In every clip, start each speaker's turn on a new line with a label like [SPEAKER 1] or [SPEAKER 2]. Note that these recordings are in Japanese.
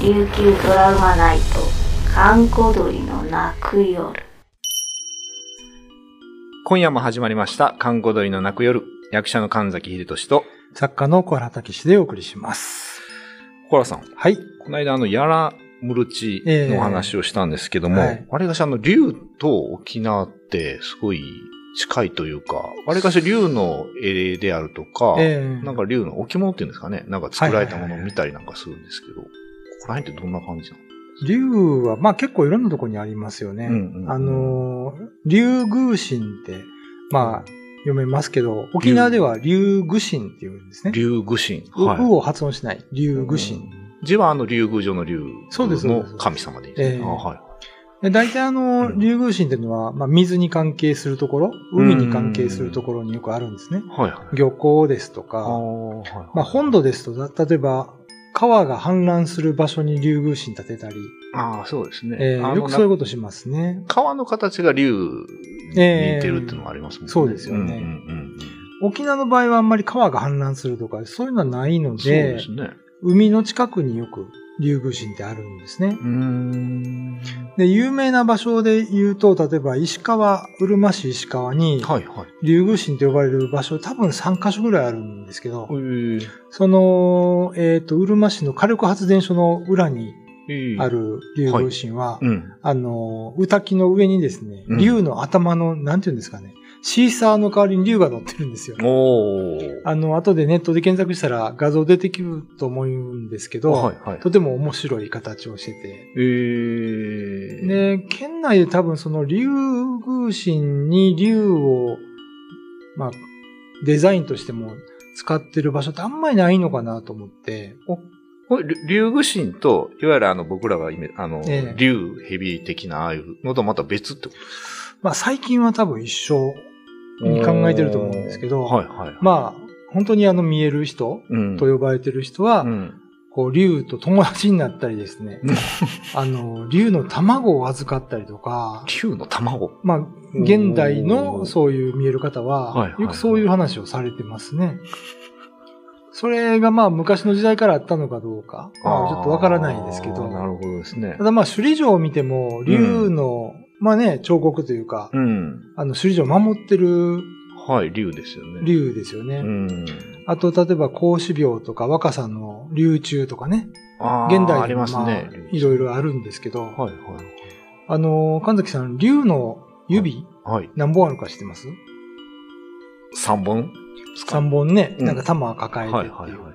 [SPEAKER 1] 琉球ドラマナイト閑古鳥の泣く夜
[SPEAKER 2] 今夜も始まりました、看護鳥の泣く夜、役者の神崎秀俊と、
[SPEAKER 3] 作家の小原武史でお送りします。
[SPEAKER 2] 小原さん、
[SPEAKER 3] はい。
[SPEAKER 2] この間あの、やらむるちのお話をしたんですけども、
[SPEAKER 3] ええはい
[SPEAKER 2] あれがしあの、竜と沖縄ってすごい近いというか、あれがし竜の絵であるとか、
[SPEAKER 3] ええ
[SPEAKER 2] なんか竜の置物っていうんですかね、なんか作られたものを見たりなんかするんですけど、ここら辺ってどんな感じなの
[SPEAKER 3] 竜は、まあ結構いろんなとこにありますよね。
[SPEAKER 2] うんうん
[SPEAKER 3] あのー、竜宮神って、まあ読めますけど、沖縄では竜宮神って言うんですね。
[SPEAKER 2] 竜愚神。
[SPEAKER 3] ううを発音しない。竜宮神。
[SPEAKER 2] 字はあの、竜宮城の竜
[SPEAKER 3] そうですそう
[SPEAKER 2] の
[SPEAKER 3] です
[SPEAKER 2] 神様でいいですね。
[SPEAKER 3] ええ
[SPEAKER 2] あはい。
[SPEAKER 3] で大体あの
[SPEAKER 2] う
[SPEAKER 3] ー、
[SPEAKER 2] ん
[SPEAKER 3] 竜宮神っていうのは、まあ水に関係するところ、海に関係するところによくあるんですね。
[SPEAKER 2] はいはい。
[SPEAKER 3] 漁港ですとか、
[SPEAKER 2] ーはいはい
[SPEAKER 3] まあ本土ですと、た例えば、川が氾濫する場所に竜宮神建てたり、
[SPEAKER 2] ああ、そうですね。
[SPEAKER 3] えー
[SPEAKER 2] あの
[SPEAKER 3] よくそういうことしますね。
[SPEAKER 2] 川の形が竜に似てるっていうのもありますもんね。
[SPEAKER 3] えーそうですよね
[SPEAKER 2] うんうんうんうん
[SPEAKER 3] 沖縄の場合はあんまり川が氾濫するとか、そういうのはないの
[SPEAKER 2] そう
[SPEAKER 3] で、
[SPEAKER 2] ですね。
[SPEAKER 3] 海の近くによく竜宮神ってあるんですね
[SPEAKER 2] う。ーん。
[SPEAKER 3] で、有名な場所で言うと、例えば石川、うるま市石川に、
[SPEAKER 2] はいはい。
[SPEAKER 3] 竜宮神と呼ばれる場所、多分3カ所ぐらいあるんですけど
[SPEAKER 2] え、ー
[SPEAKER 3] その、えっ、と、うるま市の火力発電所の裏に
[SPEAKER 2] えー
[SPEAKER 3] あ。る竜宮神は、
[SPEAKER 2] うん。
[SPEAKER 3] あの、うたきの上にですね
[SPEAKER 2] う、ん
[SPEAKER 3] 竜の頭の、なんて言うんですかね、シーサーの代わりに竜が乗ってるんですよ。
[SPEAKER 2] おー。
[SPEAKER 3] あの、後でネットで検索したら画像出てくると思うんですけど、
[SPEAKER 2] はいはい。
[SPEAKER 3] とても面白い形をしてて。
[SPEAKER 2] えー。
[SPEAKER 3] で、県内で多分その竜宮神に竜を、まあ、デザインとしても使ってる場所ってあんまりないのかなと思って、
[SPEAKER 2] これ、竜具神と、いわゆるあの、僕らがイメあの、
[SPEAKER 3] ええ
[SPEAKER 2] 竜ヘビー的なああいうのとまた別ってこ
[SPEAKER 3] まあ最近は多分一緒
[SPEAKER 2] と
[SPEAKER 3] に考えてると思うんですけど
[SPEAKER 2] はいはい。
[SPEAKER 3] まあ、本当にあの見える人
[SPEAKER 2] うん
[SPEAKER 3] と呼ばれてる人は、
[SPEAKER 2] うん。
[SPEAKER 3] こう、竜と友達になったりですね
[SPEAKER 2] うん。
[SPEAKER 3] あの、竜の卵を預かったりと か、
[SPEAKER 2] 竜の卵。
[SPEAKER 3] まあ、現代
[SPEAKER 2] おー
[SPEAKER 3] のそういう見える方
[SPEAKER 2] はい
[SPEAKER 3] は
[SPEAKER 2] は、い
[SPEAKER 3] よくそういう話をされてますね。それがまあ昔の時代からあったのかどうか、まあちょっとわからないですけ
[SPEAKER 2] あーな
[SPEAKER 3] ど、
[SPEAKER 2] るほどですね
[SPEAKER 3] た。だまあ首里城を見ても、竜の、まあね、彫刻というか、
[SPEAKER 2] うん。
[SPEAKER 3] あの首里城を守ってる
[SPEAKER 2] はい、竜ですよね。。
[SPEAKER 3] 竜ですよ
[SPEAKER 2] う
[SPEAKER 3] ね。
[SPEAKER 2] ん。
[SPEAKER 3] あと例えば孔子廟とか若さの竜柱とかね、
[SPEAKER 2] あー
[SPEAKER 3] 現代
[SPEAKER 2] あり
[SPEAKER 3] で
[SPEAKER 2] ま
[SPEAKER 3] も
[SPEAKER 2] す
[SPEAKER 3] まあ
[SPEAKER 2] ね。
[SPEAKER 3] いろいろあるんですけど、
[SPEAKER 2] はいはい。
[SPEAKER 3] あの、神崎さん、竜の指、
[SPEAKER 2] はい。
[SPEAKER 3] 何本あるか知ってます
[SPEAKER 2] 三本
[SPEAKER 3] ?3 本ね、
[SPEAKER 2] うん
[SPEAKER 3] なんか玉抱えてっ
[SPEAKER 2] はい
[SPEAKER 3] ていう、
[SPEAKER 2] はいはい。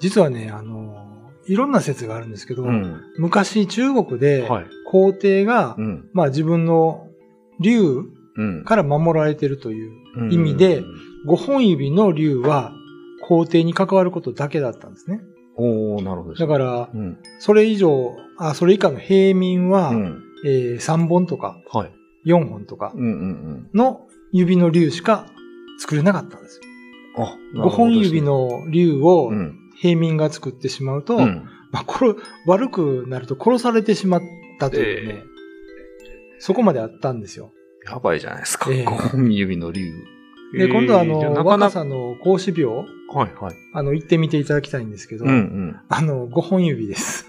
[SPEAKER 3] 実はね、あの、いろんな説があるんですけど、
[SPEAKER 2] うん。
[SPEAKER 3] 昔中国で
[SPEAKER 2] はい。
[SPEAKER 3] 皇帝が、
[SPEAKER 2] うん。
[SPEAKER 3] まあ自分の竜
[SPEAKER 2] うん。
[SPEAKER 3] から守られてるという、意味で
[SPEAKER 2] うん、
[SPEAKER 3] 5本指の竜は皇帝に関わることだけだったんですね。
[SPEAKER 2] おおなるほどです
[SPEAKER 3] だ
[SPEAKER 2] ね。
[SPEAKER 3] から、
[SPEAKER 2] うん。
[SPEAKER 3] それ以上、あ、それ以下の平民は、
[SPEAKER 2] うん。
[SPEAKER 3] え3本とか
[SPEAKER 2] はい。
[SPEAKER 3] 4本とか
[SPEAKER 2] うんうん
[SPEAKER 3] の指の竜しか作れなかったんですよ。
[SPEAKER 2] うん。あ、
[SPEAKER 3] 5本指
[SPEAKER 2] の、
[SPEAKER 3] の竜を
[SPEAKER 2] うん。
[SPEAKER 3] 平民が作ってしまうと、
[SPEAKER 2] うん
[SPEAKER 3] まあ、これ悪くなると殺されてしまったというね、そこまであったんですよ。
[SPEAKER 2] やばいじゃないですか。
[SPEAKER 3] ええ
[SPEAKER 2] 5本指の竜。
[SPEAKER 3] で、今度はあの、
[SPEAKER 2] ええ
[SPEAKER 3] 若さの孔子廟、
[SPEAKER 2] はいはい。
[SPEAKER 3] あの、行ってみていただきたいんですけど、
[SPEAKER 2] うんうん。
[SPEAKER 3] あの、5本指です。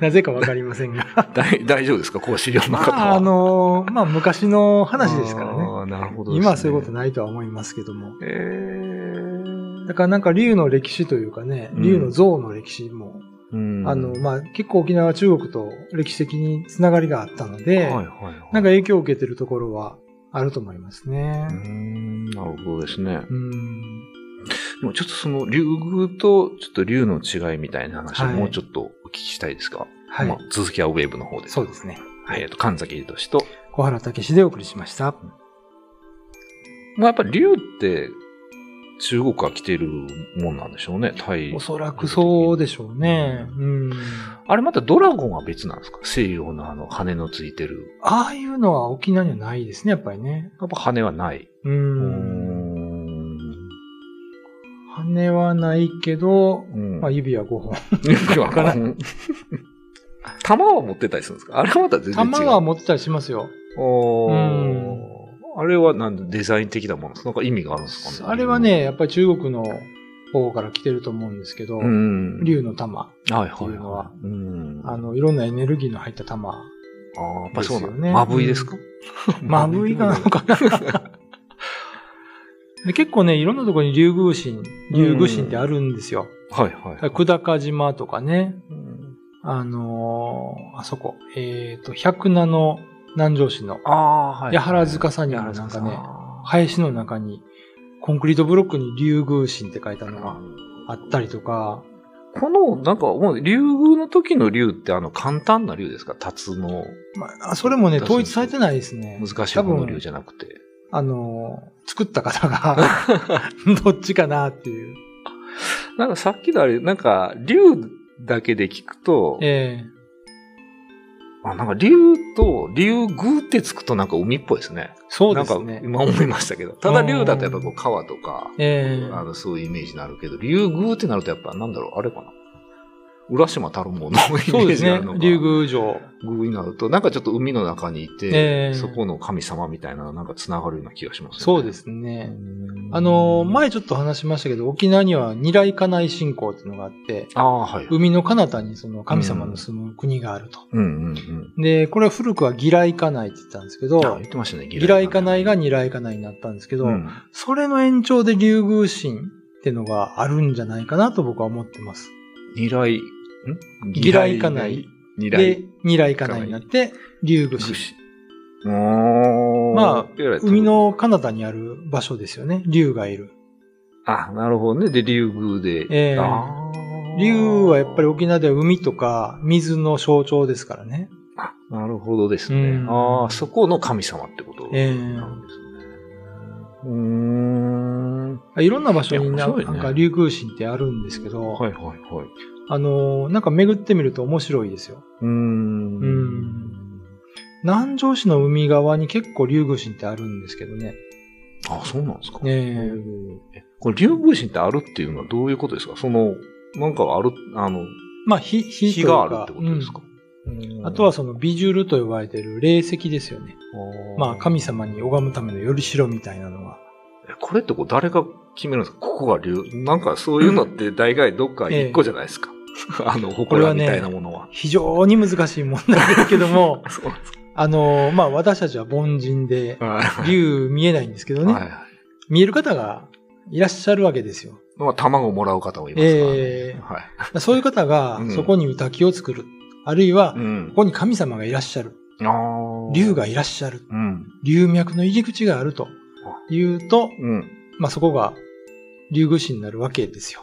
[SPEAKER 3] なぜかわかりま せんが。
[SPEAKER 2] 大大丈夫ですかこう資料の
[SPEAKER 3] ま
[SPEAKER 2] 方
[SPEAKER 3] あ、
[SPEAKER 2] は。
[SPEAKER 3] あの、まあ、昔の話ですからね。
[SPEAKER 2] あーなるほどですね。
[SPEAKER 3] 今はそういうこと
[SPEAKER 2] な
[SPEAKER 3] ないとは思いますけども。
[SPEAKER 2] えー
[SPEAKER 3] だからなんか竜の歴史というかね、
[SPEAKER 2] うん
[SPEAKER 3] 竜の像の歴史も、
[SPEAKER 2] うん
[SPEAKER 3] あの、まあ、結構沖縄は中国と歴史的につながりがあったので、
[SPEAKER 2] はいはいはい。
[SPEAKER 3] なんか影響を受けてるところはあると思いますね
[SPEAKER 2] うー。んなるほどですね。
[SPEAKER 3] うん。
[SPEAKER 2] でもちょっとその竜宮とちょっと竜の違いみたいな話を
[SPEAKER 3] はい
[SPEAKER 2] もうちょっとお聞きしたいですが、
[SPEAKER 3] はい。
[SPEAKER 2] まあ、続きはウェーブの方で。
[SPEAKER 3] そうですね。
[SPEAKER 2] えっ、と、神崎としと、
[SPEAKER 3] 小原武史でお送りしました。
[SPEAKER 2] まあ、やっぱり竜って中国から来てるもんなんでしょうね、タイ
[SPEAKER 3] お。そらくそうでしょうね。
[SPEAKER 2] う
[SPEAKER 3] うん。
[SPEAKER 2] あれまたドラゴンは別なんですか西洋のあの羽のついてる。
[SPEAKER 3] ああいうのは沖縄にはないですね、やっぱりね。
[SPEAKER 2] やっぱ羽はない。
[SPEAKER 3] う
[SPEAKER 2] うー
[SPEAKER 3] ん。
[SPEAKER 2] ん。
[SPEAKER 3] 羽はないけど、
[SPEAKER 2] うん
[SPEAKER 3] まあ指は5本。
[SPEAKER 2] よくわからん。 玉は持ってたりするんですかあれはまた全然違う。
[SPEAKER 3] 玉は持ってたりしますよ。
[SPEAKER 2] おー
[SPEAKER 3] うん
[SPEAKER 2] あれはなんでデザイン的なものなんか意味があるんですかね
[SPEAKER 3] あれはね、、やっぱり中国の方から来てると思うんですけど、
[SPEAKER 2] うん。
[SPEAKER 3] 竜の玉、
[SPEAKER 2] はい
[SPEAKER 3] って
[SPEAKER 2] はい
[SPEAKER 3] いうのは
[SPEAKER 2] はい。うん。
[SPEAKER 3] あの、いろんなエネルギーの入った玉、
[SPEAKER 2] ああ、やっぱりそうな
[SPEAKER 3] で
[SPEAKER 2] ん
[SPEAKER 3] すよね
[SPEAKER 2] マブイですか
[SPEAKER 3] まぶいかな のかな。で結構ね、いろんなところに竜宮神、竜宮神ってあるんですよ。
[SPEAKER 2] はいはいはい。
[SPEAKER 3] 久高島とかね、
[SPEAKER 2] うん
[SPEAKER 3] あのーあそこ、えっ、と、百名の南城市の
[SPEAKER 2] ああ、はい。
[SPEAKER 3] 八原塚さんにあるなんかね
[SPEAKER 2] は
[SPEAKER 3] 林の中に、コンクリートブロックに竜宮神って書いたのが
[SPEAKER 2] い。
[SPEAKER 3] あったりとか、
[SPEAKER 2] この、なんか、もう、竜宮の時の竜って、あの、簡単な竜ですか竜の、
[SPEAKER 3] まあ、それもね、
[SPEAKER 2] そうそうそう
[SPEAKER 3] 統一されてないですね。
[SPEAKER 2] 難しい方の竜
[SPEAKER 3] 多分
[SPEAKER 2] じゃなくて。
[SPEAKER 3] あのー作った 方が、どっちかなっていう。
[SPEAKER 2] なんか、さっきのあれ、なんか、竜だけで聞くと、
[SPEAKER 3] ええ
[SPEAKER 2] あ、なんか、竜と、竜宮ってつくと、なんか、海っぽいですね。
[SPEAKER 3] そうです
[SPEAKER 2] なんか、。
[SPEAKER 3] ね
[SPEAKER 2] 今思いましたけど。ただ、竜だと、やっぱ、こう、川とか、
[SPEAKER 3] ええ
[SPEAKER 2] あの、そういうイメージになるけど、竜宮ってなるとやっぱ、なんだろう、あれかな。浦島太郎のイ メ
[SPEAKER 3] そう
[SPEAKER 2] ー
[SPEAKER 3] です
[SPEAKER 2] ジがあ
[SPEAKER 3] ね
[SPEAKER 2] るの。か。
[SPEAKER 3] 竜宮城。
[SPEAKER 2] 宮になると、なんかちょっと海の中にいて、
[SPEAKER 3] ええ
[SPEAKER 2] そこの神様みたいなのなんか繋がるような気がします、ね。
[SPEAKER 3] そうです
[SPEAKER 2] う
[SPEAKER 3] ね。
[SPEAKER 2] ん。
[SPEAKER 3] あのー、前ちょっと話しましたけど、沖縄には二来家内信仰っていうのがあって、
[SPEAKER 2] ああ、はい。
[SPEAKER 3] 海の彼方にその神様の住む国があると。
[SPEAKER 2] うんうんうん。
[SPEAKER 3] で、これは古くは義来家内って言ったんですけ
[SPEAKER 2] あ
[SPEAKER 3] ど
[SPEAKER 2] 言っ、てましたね、
[SPEAKER 3] 義来家内が二来家内になったんですけど、
[SPEAKER 2] うん
[SPEAKER 3] それの延長で竜宮神ってのがあるんじゃないかなと僕は思ってます。
[SPEAKER 2] 二来、ん
[SPEAKER 3] 義来家内。
[SPEAKER 2] 二
[SPEAKER 3] で
[SPEAKER 2] 来。、
[SPEAKER 3] 二来家内になって、竜宮神。
[SPEAKER 2] うーん
[SPEAKER 3] まあ
[SPEAKER 2] えらい
[SPEAKER 3] 海の彼方にある場所ですよね。竜がいる。
[SPEAKER 2] あ、なるほどね。で、竜宮で。
[SPEAKER 3] ええ
[SPEAKER 2] あー
[SPEAKER 3] 竜はやっぱり沖縄では海とか水の象徴ですからね。
[SPEAKER 2] あ、なるほどですね。
[SPEAKER 3] うん
[SPEAKER 2] ああ、そこの神様ってことなん
[SPEAKER 3] ええ
[SPEAKER 2] ですね。うーん。はい
[SPEAKER 3] ろんな場所にない
[SPEAKER 2] や面白いね
[SPEAKER 3] なんか竜宮神ってあるんですけど、
[SPEAKER 2] いはいはい。
[SPEAKER 3] あのーなんか巡ってみると面白いですよ。
[SPEAKER 2] うーん。
[SPEAKER 3] うん南城市の海側に結構竜宮神ってあるんですけどね。
[SPEAKER 2] あ、そうなんですか。
[SPEAKER 3] ええ
[SPEAKER 2] えこれ、竜宮神ってあるっていうのはどういうことですかその、なんかある、あの、
[SPEAKER 3] まあ、火、火とい
[SPEAKER 2] 火
[SPEAKER 3] う
[SPEAKER 2] が
[SPEAKER 3] か
[SPEAKER 2] あるってことですか、
[SPEAKER 3] うんあとは、そのビジュールと呼ばれている霊石ですよね。
[SPEAKER 2] ー
[SPEAKER 3] まあ、神。様に拝むためのよりしろみたいなのが。
[SPEAKER 2] えこれってこう誰が決めるんですかここが竜。なんかそういうのって大概どっか一個じゃないですか。 あの、
[SPEAKER 3] れは
[SPEAKER 2] 祠
[SPEAKER 3] ね
[SPEAKER 2] みたいなものは。、
[SPEAKER 3] 非常に難しい問題ですけども
[SPEAKER 2] そうなんです
[SPEAKER 3] あのーまあ、私たちは凡人で、
[SPEAKER 2] か。はい
[SPEAKER 3] 竜見えないんですけどね、
[SPEAKER 2] はいはい。
[SPEAKER 3] 見える方がいらっしゃるわけ ですよ。
[SPEAKER 2] まあ、卵をもらう方もいますからね。
[SPEAKER 3] ええ
[SPEAKER 2] はい。
[SPEAKER 3] そういう方が
[SPEAKER 2] うん
[SPEAKER 3] そこに宴を作る。あるいは、
[SPEAKER 2] ん
[SPEAKER 3] こ。こに神様がいらっしゃる。
[SPEAKER 2] ああ。
[SPEAKER 3] 竜。がいらっしゃる。
[SPEAKER 2] うん。
[SPEAKER 3] 龍脈の入り口があるというと、
[SPEAKER 2] うん。
[SPEAKER 3] まあ、そこが竜宮神になるわけですよ。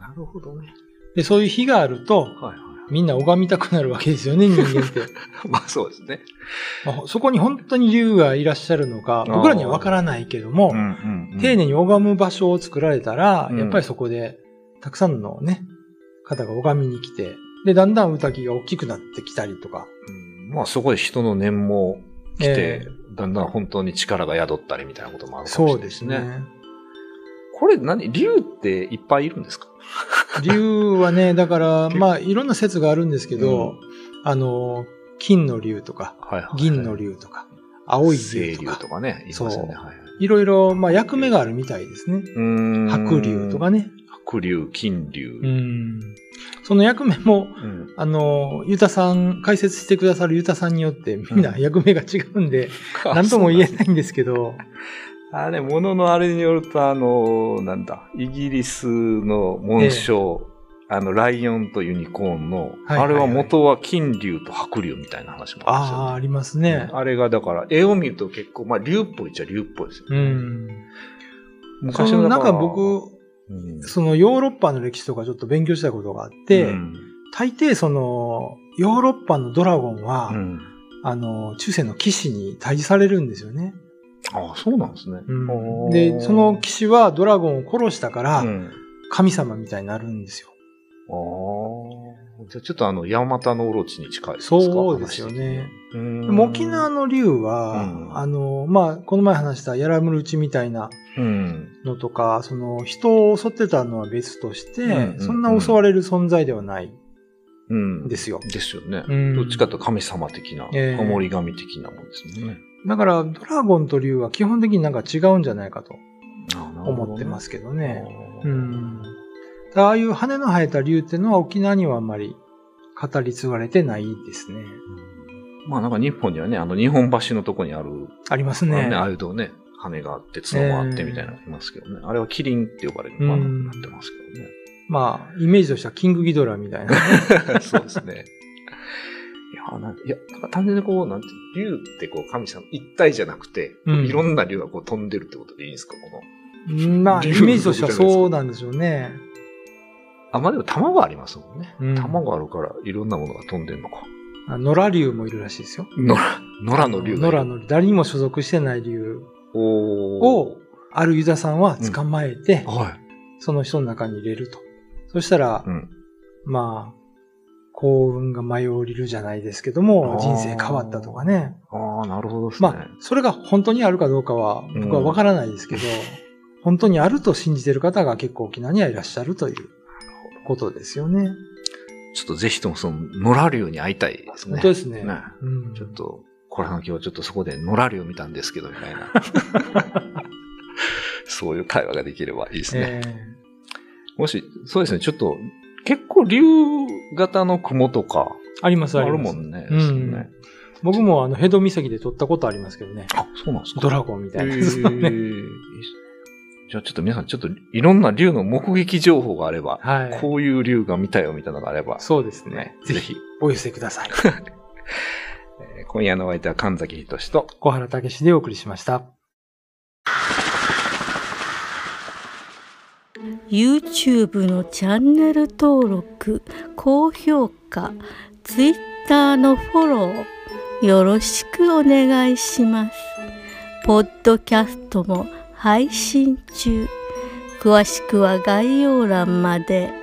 [SPEAKER 2] なるほどね。
[SPEAKER 3] で、そういう日があると、
[SPEAKER 2] はい は
[SPEAKER 3] みんな拝みたくなるわけですよね、人 間って。
[SPEAKER 2] い。まあそうですね。
[SPEAKER 3] まあそこに本当に竜がいらっしゃるのか、僕らにはわからないけども、
[SPEAKER 2] んう
[SPEAKER 3] 丁寧に拝む場所を作られたら、
[SPEAKER 2] うん
[SPEAKER 3] やっぱりそこで、たくさんのね、方が拝みに来て、で、だんだん宴が大きくなってきたりとか。
[SPEAKER 2] うんまあそこで人の念も来
[SPEAKER 3] え
[SPEAKER 2] て、だんだん本当に力が宿ったりみたいなこともあ
[SPEAKER 3] え
[SPEAKER 2] るかもしれ
[SPEAKER 3] そ
[SPEAKER 2] な
[SPEAKER 3] う
[SPEAKER 2] い
[SPEAKER 3] です。ね。
[SPEAKER 2] これ何竜っていっぱいいるんですか
[SPEAKER 3] 竜は ね、だから、
[SPEAKER 2] 結構
[SPEAKER 3] まあ、いろんな説があるんですけど、あの、金の竜とか、
[SPEAKER 2] はいはい。
[SPEAKER 3] 銀の
[SPEAKER 2] 竜。
[SPEAKER 3] 竜とか、青い
[SPEAKER 2] 清
[SPEAKER 3] 竜と
[SPEAKER 2] 流
[SPEAKER 3] か、
[SPEAKER 2] とかね。いますよね。は
[SPEAKER 3] そ
[SPEAKER 2] いはい。
[SPEAKER 3] いろいろ、まあ、役目があるみたいですね。
[SPEAKER 2] うーん
[SPEAKER 3] 白竜とか。ね。
[SPEAKER 2] 白竜、金竜。
[SPEAKER 3] うん。その役目も、
[SPEAKER 2] うん
[SPEAKER 3] あの、ゆたさん、解説してくださるゆたさんによって、みんな役目が違う んで、何とも言えないんですけど、
[SPEAKER 2] あれ、もののあれによると、あの、なんだ、イギリスの紋章、あの、ライオンとユニコーンの、
[SPEAKER 3] はいはいはい
[SPEAKER 2] あれは元は金竜と白竜みたいな話も
[SPEAKER 3] あ
[SPEAKER 2] あ
[SPEAKER 3] あ、あ
[SPEAKER 2] るん
[SPEAKER 3] ります
[SPEAKER 2] ですよね。
[SPEAKER 3] ね。
[SPEAKER 2] あれがだから、絵を見ると結構、まあ、竜っぽいっちゃ竜っぽいですよ
[SPEAKER 3] う
[SPEAKER 2] ね。
[SPEAKER 3] ん。そ
[SPEAKER 2] 昔
[SPEAKER 3] の
[SPEAKER 2] のだ
[SPEAKER 3] なん
[SPEAKER 2] ら
[SPEAKER 3] か、僕、
[SPEAKER 2] うん
[SPEAKER 3] そのヨーロッパの歴史とかちょっと勉強したことがあって、
[SPEAKER 2] うん
[SPEAKER 3] 大抵その、ヨーロッパのドラゴンは、
[SPEAKER 2] うん
[SPEAKER 3] あの、中世の騎士に退治されるんですよね。
[SPEAKER 2] ああ、そうなんですね。
[SPEAKER 3] うん
[SPEAKER 2] おー
[SPEAKER 3] で、その騎士はドラゴンを殺したから、
[SPEAKER 2] うん
[SPEAKER 3] 神様みたいになるんですよ。
[SPEAKER 2] ああ。じゃあちょっとあの、ヤマタノオロチに近いですか
[SPEAKER 3] そうですよね。
[SPEAKER 2] 話的に
[SPEAKER 3] で
[SPEAKER 2] うん
[SPEAKER 3] も沖縄の竜は、
[SPEAKER 2] うん
[SPEAKER 3] あの、まあ、この前話したヤラムルチみたいな
[SPEAKER 2] うん。
[SPEAKER 3] のとか、その人を襲ってたのは別として、
[SPEAKER 2] うんうん
[SPEAKER 3] そんな襲われる存在ではない
[SPEAKER 2] うん
[SPEAKER 3] んですよ。
[SPEAKER 2] ですよね。
[SPEAKER 3] うん
[SPEAKER 2] どっちかというと神様的な、
[SPEAKER 3] ええ
[SPEAKER 2] 守り神的なもんですもんね。
[SPEAKER 3] だから、ドラゴンと竜は基本的になんか違うんじゃないかと
[SPEAKER 2] ああなるほどね
[SPEAKER 3] 思ってますけどね。
[SPEAKER 2] あ
[SPEAKER 3] う
[SPEAKER 2] ー
[SPEAKER 3] ん。ああいう羽の生えた竜っていうのは沖縄にはあんまり語り継がれてないですね。
[SPEAKER 2] まあなんか日本にはね、あの日本橋のとこにある、
[SPEAKER 3] あります
[SPEAKER 2] あの
[SPEAKER 3] ね。
[SPEAKER 2] ね、ああいうとこね、羽があって、角もあってみたいなのがいますけどね。あれはキリンって呼ばれるのかな
[SPEAKER 3] うん
[SPEAKER 2] なってますけどね。
[SPEAKER 3] まあ、イメージとしてはキングギドラみた いな。
[SPEAKER 2] そうですね。いや、なんいやなんか単純にこう、なんていうの、竜ってこう、神様一体じゃなくて、
[SPEAKER 3] うん
[SPEAKER 2] いろんな竜がこう飛んでるってことでいいんですか、この。
[SPEAKER 3] うんまあ、イ
[SPEAKER 2] 竜
[SPEAKER 3] メージとしてはそうなんでしょうね。
[SPEAKER 2] あ、まあでも玉がありますもんね。
[SPEAKER 3] うん
[SPEAKER 2] 玉があるから、いろんなものが飛んでるのか。
[SPEAKER 3] あ野良竜もいるらしいですよ。
[SPEAKER 2] 野良、野良の竜が
[SPEAKER 3] 野
[SPEAKER 2] いる。
[SPEAKER 3] 良の竜誰にも所属してない竜
[SPEAKER 2] お
[SPEAKER 3] を、あるユダさんは捕まえて、
[SPEAKER 2] ー。はい。
[SPEAKER 3] その人の中に入れると。そしたら、
[SPEAKER 2] うん。
[SPEAKER 3] まあ、幸運が舞い降りるじゃないですけども
[SPEAKER 2] あ、ー
[SPEAKER 3] 人生変わったとかね。
[SPEAKER 2] ああ、なるほどですね。
[SPEAKER 3] まあ、それが本当にあるかどうかは、僕はわからないですけど、本当にあると信じてる方が結構沖縄にはいらっしゃるということですよね。
[SPEAKER 2] ちょっとぜひともその、野良竜に会いたいですね。
[SPEAKER 3] 本当ですね。
[SPEAKER 2] ね
[SPEAKER 3] うん、
[SPEAKER 2] ちょっと、これの今日ちょっとそこで野良竜見たんですけど、みた いな。そういう会話ができればいいですね。
[SPEAKER 3] え
[SPEAKER 2] もし、そうですね、ちょっと、結構竜型の雲とか、
[SPEAKER 3] えあります
[SPEAKER 2] あ
[SPEAKER 3] あり
[SPEAKER 2] る
[SPEAKER 3] ま
[SPEAKER 2] も
[SPEAKER 3] す。
[SPEAKER 2] んね。
[SPEAKER 3] うん
[SPEAKER 2] そうね
[SPEAKER 3] 僕もあの、ヘド岬で撮ったことありますけどね。
[SPEAKER 2] あ、そうなんですか。
[SPEAKER 3] ドラゴンみたいな
[SPEAKER 2] え
[SPEAKER 3] やつをね。
[SPEAKER 2] ー じゃあちょっと皆さん、ちょっといろんな竜の目撃情報があれば、
[SPEAKER 3] はい。
[SPEAKER 2] こういう竜が見たよみたいなのがあれば、
[SPEAKER 3] そうですね
[SPEAKER 2] ね。、
[SPEAKER 3] ぜ
[SPEAKER 2] ぜ
[SPEAKER 3] ひ
[SPEAKER 2] ひ、
[SPEAKER 3] お寄せください。
[SPEAKER 2] えー今夜のお相手は神崎仁と、
[SPEAKER 3] 小原武史でお送りしました。
[SPEAKER 4] YouTube のチャンネル登録高評価 Twitter のフォローよろしくお願いしますポッドキャストも配信中詳しくは概要欄まで。